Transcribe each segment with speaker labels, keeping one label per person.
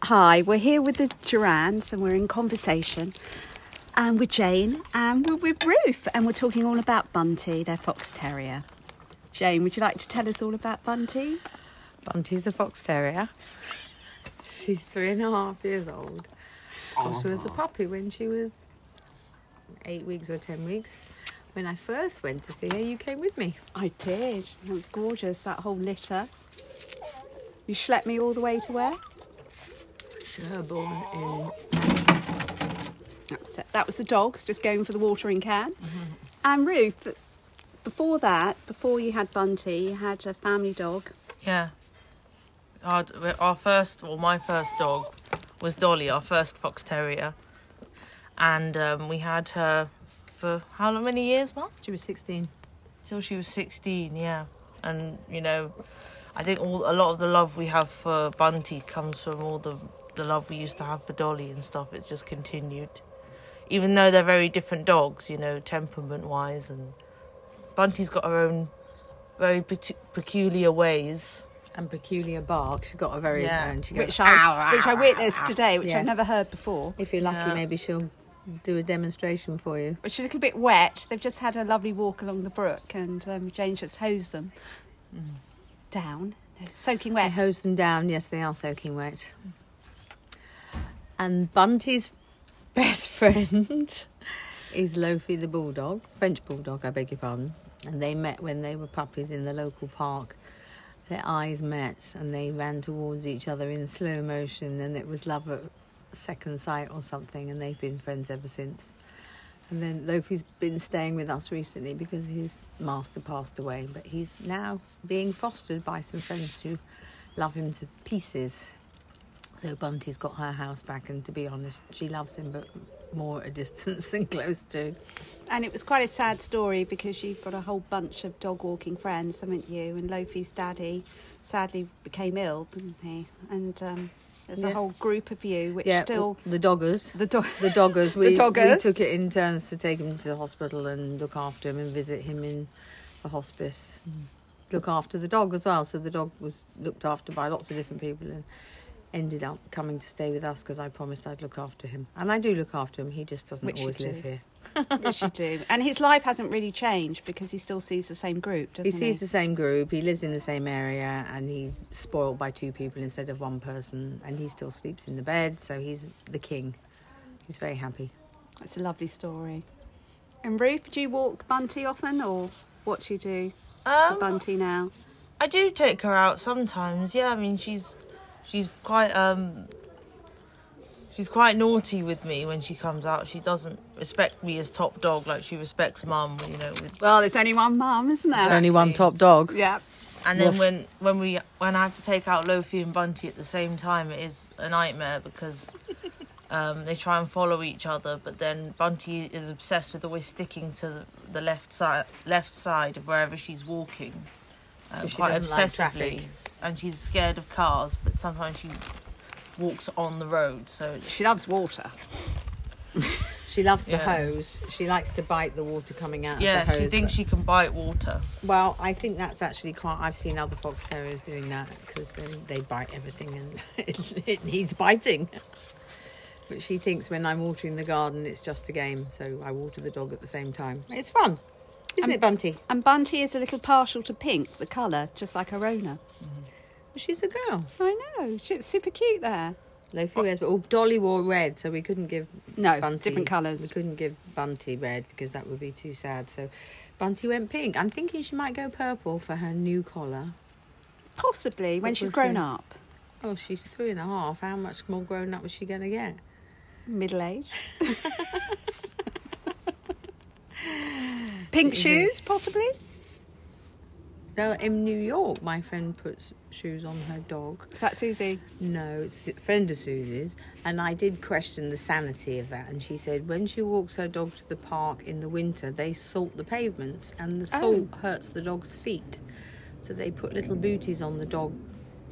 Speaker 1: Hi, we're here with the Durans and we're in conversation. And with Jane and we're with Ruth and we're talking all about Bunty, their fox terrier. Jane, would you like to tell us all about Bunty?
Speaker 2: Bunty's a fox terrier. She's three and a half years old. And She
Speaker 1: Uh-huh.
Speaker 2: was a puppy when she was eight weeks or ten weeks. When I first went to see her, you came with me.
Speaker 1: I did. It was gorgeous, that whole litter. You schlepped me all the way to where?
Speaker 2: Sherborne in.
Speaker 1: Upset. That was the dogs just going for the watering can. Mm-hmm. And Ruth, before that, before you had Bunty, you had a family dog.
Speaker 3: Yeah. Our, our first, well, my first dog was Dolly, our first fox terrier. And um, we had her for how long- many years, Mum?
Speaker 2: She was 16.
Speaker 3: Till she was 16, yeah. And, you know, I think all a lot of the love we have for Bunty comes from all the, the love we used to have for Dolly and stuff. It's just continued. Even though they're very different dogs, you know, temperament wise. And Bunty's got her own very pet- peculiar ways.
Speaker 2: And peculiar bark. She got a very.
Speaker 3: Yeah.
Speaker 2: and she goes,
Speaker 1: which I
Speaker 2: "Ow,
Speaker 1: which I
Speaker 2: ow,
Speaker 1: witnessed
Speaker 2: ow."
Speaker 1: today, which I've
Speaker 2: Yes.
Speaker 1: never heard before.
Speaker 2: If you're lucky,
Speaker 3: Yeah.
Speaker 2: maybe she'll do a demonstration for you.
Speaker 1: Which is a little bit wet. They've just had a lovely walk along the brook, and um, Jane just hosed them
Speaker 2: Mm.
Speaker 1: down. They're soaking
Speaker 2: I
Speaker 1: wet.
Speaker 2: hose them down. Yes, they are soaking wet. And Bunty's best friend is Lofi the bulldog, French bulldog, I beg your pardon. And they met when they were puppies in the local park. Their eyes met and they ran towards each other in slow motion, and it was love at second sight or something. And they've been friends ever since. And then Lofi's been staying with us recently because his master passed away, but he's now being fostered by some friends who love him to pieces. So Bunty's got her house back, and to be honest, she loves him, but more at a distance than close to.
Speaker 1: And it was quite a sad story because you've got a whole bunch of dog walking friends, haven't you? And Lofi's daddy sadly became ill, didn't he? And um, there's a
Speaker 2: Yeah.
Speaker 1: whole group of you which still.
Speaker 2: the doggers.
Speaker 1: The dog.
Speaker 2: The doggers. We, we
Speaker 1: doggers.
Speaker 2: took it in turns to take him to the hospital and look after him and visit him in the hospice.
Speaker 1: Mm.
Speaker 2: and Look after the dog as well. So the dog was looked after by lots of different people and ended up coming to stay with us because I promised I'd look after him. And I do look after him. He just doesn't
Speaker 1: Which you
Speaker 2: always live
Speaker 1: do.
Speaker 2: here.
Speaker 1: Yes, you do. And his life hasn't really changed because he still sees the same group, doesn't
Speaker 2: He
Speaker 1: he?
Speaker 2: sees the same group. He lives in the same area, and he's spoiled by two people instead of one person. And he still sleeps in the bed, so he's the king. He's very happy.
Speaker 1: That's a lovely story. And Ruth, do you walk Bunty often or what do you do for
Speaker 3: Um,
Speaker 1: Bunty now?
Speaker 3: I do take her out sometimes. Yeah, I mean she's she's quite um she's quite naughty with me when she comes out. She doesn't respect me as top dog like she respects mum. You know, with,
Speaker 1: Well, there's only one mum, isn't there?
Speaker 2: Only one top dog.
Speaker 1: Yeah.
Speaker 3: and then
Speaker 2: Woof.
Speaker 3: when when we when I have to take out Lofi and Bunty at the same time, it is a nightmare because. Um, they try and follow each other, but then Bunty is obsessed with always sticking to the, the left side, left side of wherever she's walking. um,
Speaker 2: she
Speaker 3: quite
Speaker 2: doesn't like
Speaker 3: obsessively,
Speaker 2: traffic.
Speaker 3: and she's scared of cars. But sometimes she walks on the road, so it's,
Speaker 1: She loves water.
Speaker 2: She loves the
Speaker 3: Yeah.
Speaker 2: hose. She likes to bite the water coming out of
Speaker 3: yeah,
Speaker 2: the hose.
Speaker 3: she thinks
Speaker 2: but-
Speaker 3: she can bite water.
Speaker 2: Well, I think that's actually quite. I've seen other fox terriers doing that because then they bite everything and it, it needs biting. But she thinks when I'm watering the garden, it's just a game. So I water the dog at the same time. It's fun, isn't it, Bunty?
Speaker 1: And Bunty is a little partial to pink, the colour, just like her owner.
Speaker 2: She's a girl.
Speaker 1: I know. She's super cute there.
Speaker 2: Lofi wears, but oh, Dolly wore red, so we couldn't give
Speaker 3: Oh,
Speaker 1: No,
Speaker 2: Bunty
Speaker 1: different
Speaker 2: We
Speaker 1: colours.
Speaker 2: couldn't give Bunty red because that would be too sad. So Bunty went pink. I'm thinking she might go purple for her new collar.
Speaker 1: Possibly when
Speaker 2: But
Speaker 1: she's
Speaker 2: we'll
Speaker 1: grown
Speaker 2: see.
Speaker 1: up,
Speaker 2: Oh, she's three and a half. How much more grown up was she going to get?
Speaker 1: middle age. Pink shoes, possibly?
Speaker 2: No, in New York, my friend puts shoes on her dog.
Speaker 1: Is that Susie?
Speaker 2: No, it's a friend of Susie's. And I did question the sanity of that. And she said when she walks her dog to the park in the winter, they salt the pavements, and
Speaker 1: Oh.
Speaker 2: the salt hurts the dog's feet. So they put little booties on the dog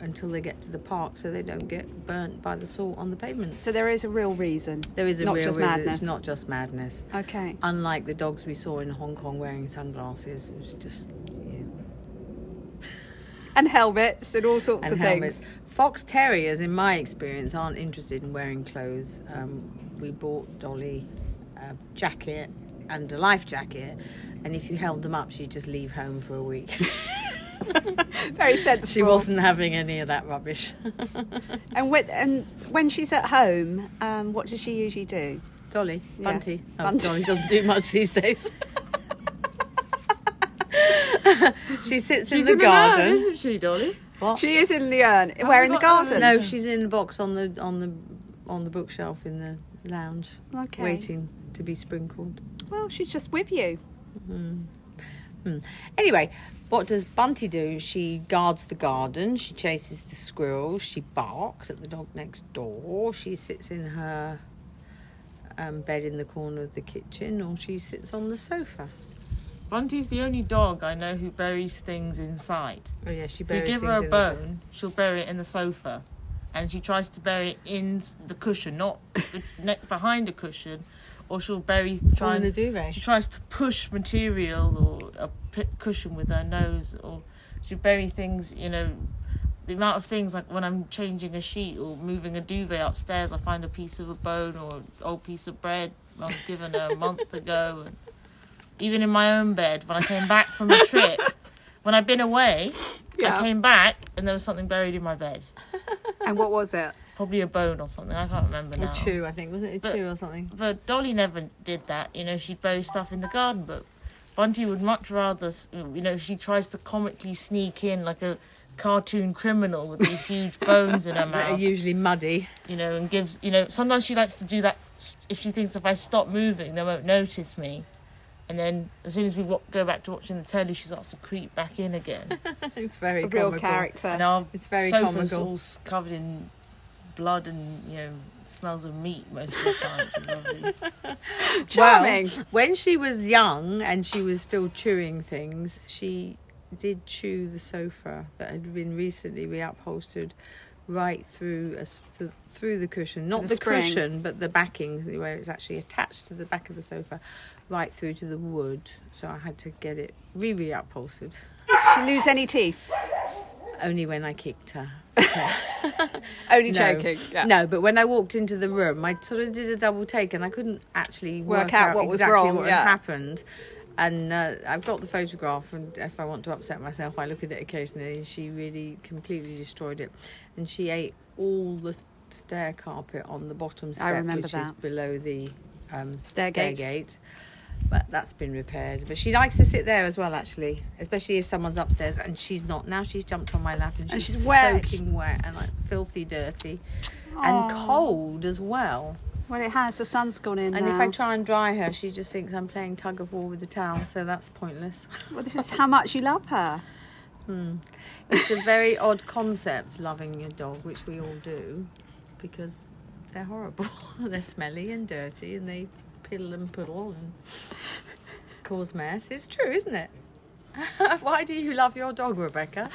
Speaker 2: until they get to the park so they don't get burnt by the salt on the pavements.
Speaker 1: So there is a real reason.
Speaker 2: there is a
Speaker 1: not
Speaker 2: real
Speaker 1: just
Speaker 2: reason.
Speaker 1: madness.
Speaker 2: It's not just madness.
Speaker 1: Okay.
Speaker 2: Unlike the dogs we saw in Hong Kong wearing sunglasses, it was just. yeah.
Speaker 1: and helmets and all sorts
Speaker 2: and
Speaker 1: of
Speaker 2: helmets.
Speaker 1: things.
Speaker 2: Fox terriers, in my experience, aren't interested in wearing clothes. Um, we bought Dolly a jacket and a life jacket, and if you held them up, she'd just leave home for a week.
Speaker 1: Very sensible.
Speaker 2: she wasn't having any of that rubbish.
Speaker 1: And when, and when she's at home, um, what does she usually do?
Speaker 2: Dolly,
Speaker 1: Yeah.
Speaker 2: Bunty. Oh,
Speaker 1: Bunty.
Speaker 2: Dolly doesn't do much these days. she sits in the garden.
Speaker 3: isn't she, Dolly?
Speaker 2: What?
Speaker 1: She is in the urn. Where in the
Speaker 3: we got
Speaker 1: garden?
Speaker 2: No, she's in a box on the on the on the bookshelf in the lounge,
Speaker 1: Okay.
Speaker 2: waiting to be sprinkled.
Speaker 1: Well, she's just with you.
Speaker 2: Hmm. Anyway, what does Bunty do? She guards the garden. She chases the squirrels. She barks at the dog next door. She sits in her um, bed in the corner of the kitchen, or she sits on the sofa.
Speaker 3: Bunty's the only dog I know who buries things inside.
Speaker 2: Oh yeah, she
Speaker 3: If you
Speaker 2: buries
Speaker 3: give
Speaker 2: things
Speaker 3: her a
Speaker 2: in the-
Speaker 3: bone, she'll bury it in the sofa, and she tries to bury it in s- the cushion, not the neck behind the cushion, or she'll bury
Speaker 2: Or
Speaker 3: try
Speaker 2: in the
Speaker 3: and,
Speaker 2: duvet.
Speaker 3: she tries to push material or a p- cushion with her nose, or she bury things. You know, the amount of things like when I'm changing a sheet or moving a duvet upstairs, I find a piece of a bone or an old piece of bread I was given her a month ago, and even in my own bed when I came back from a trip. When I've been away, I came back and there was something buried in my bed.
Speaker 1: And what was it?
Speaker 3: Probably a bone or something. I can't remember
Speaker 2: A
Speaker 3: now.
Speaker 2: chew, I think. Was it a
Speaker 3: But-
Speaker 2: chew or something?
Speaker 3: But Dolly never did that. You know, she'd bury stuff in the garden. But Bunty would much rather, s- you know, she tries to comically sneak in like a cartoon criminal with these huge bones in her
Speaker 2: That are
Speaker 3: mouth.
Speaker 2: usually muddy.
Speaker 3: You know, and gives, you know, sometimes she likes to do that s- if she thinks if I stop moving, they won't notice me. And then as soon as we wa- go back to watching the telly, she starts to creep back in again.
Speaker 2: It's very
Speaker 1: A real
Speaker 2: comical.
Speaker 3: and
Speaker 1: character.
Speaker 3: our
Speaker 2: It's very
Speaker 3: sofa's
Speaker 2: comical.
Speaker 3: all s- covered in blood and you know smells of meat most of the time. It's lovely.
Speaker 1: Charming.
Speaker 2: When she was young and she was still chewing things, she did chew the sofa that had been recently reupholstered right through as to, through the cushion, not
Speaker 1: the
Speaker 2: the,
Speaker 1: spring.
Speaker 2: cushion, but the backing where it's actually attached to the back of the sofa, right through to the wood. So I had to get it re reupholstered.
Speaker 1: Did she lose any teeth?
Speaker 2: Only when I kicked her.
Speaker 1: Only
Speaker 2: No.
Speaker 1: joking. Yeah.
Speaker 2: No, but when I walked into the room, I sort of did a double take, and I couldn't actually work,
Speaker 1: Work out what was
Speaker 2: exactly
Speaker 1: wrong,
Speaker 2: what
Speaker 1: yeah.
Speaker 2: had happened. And uh, I've got the photograph, and if I want to upset myself, I look at it occasionally. And she really completely destroyed it, and she ate all the stair carpet on the bottom step,
Speaker 1: remember
Speaker 2: which is
Speaker 1: that.
Speaker 2: below the um,
Speaker 1: Stair
Speaker 2: stair
Speaker 1: gate.
Speaker 2: gate. But that's been repaired. But she likes to sit there as well, actually, especially if someone's upstairs and she's not. Now she's jumped on my lap and
Speaker 1: And
Speaker 2: she's,
Speaker 1: she's wet.
Speaker 2: soaking wet and like filthy dirty and cold as well.
Speaker 1: Well, it has. The sun's gone in
Speaker 2: And
Speaker 1: now.
Speaker 2: if I try and dry her, she just thinks I'm playing tug of war with the towel, so that's pointless.
Speaker 1: well, this is how much you love her.
Speaker 2: It's a very odd concept, loving your dog, which we all do, because they're horrible. they're smelly and dirty, and they piddle and puddle and cause mess. It's true, isn't it? Why do you love your dog, Rebecca?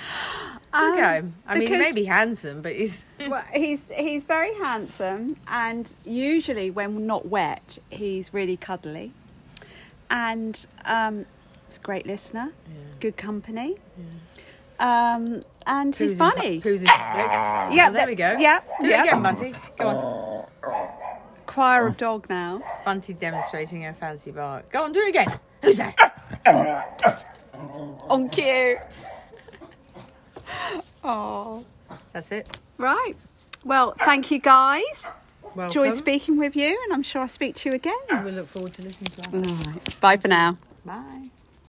Speaker 1: Um,
Speaker 2: okay, I mean, he may
Speaker 1: because-
Speaker 2: be handsome, but he's
Speaker 1: well, he's he's very handsome, and usually when not wet, he's really cuddly, and um, he's a great listener, good company, um, and he's
Speaker 2: Poos in pu-
Speaker 1: funny.
Speaker 2: poos in public.
Speaker 1: Yeah,
Speaker 2: Oh, there
Speaker 1: that-
Speaker 2: we go.
Speaker 1: yeah,
Speaker 2: do
Speaker 1: yeah.
Speaker 2: it again, Bunty. Go on,
Speaker 1: Choir of dog now.
Speaker 2: Bunty demonstrating her fancy bark. Go on, do it again. Who's there?
Speaker 1: On cue. oh,
Speaker 2: That's it.
Speaker 1: right. Well, thank you guys.
Speaker 2: Welcome.
Speaker 1: Enjoyed speaking with you, and I'm sure I'll speak to you again. Mm.
Speaker 2: We look forward to listening to us.
Speaker 1: Bye for now.
Speaker 2: Bye.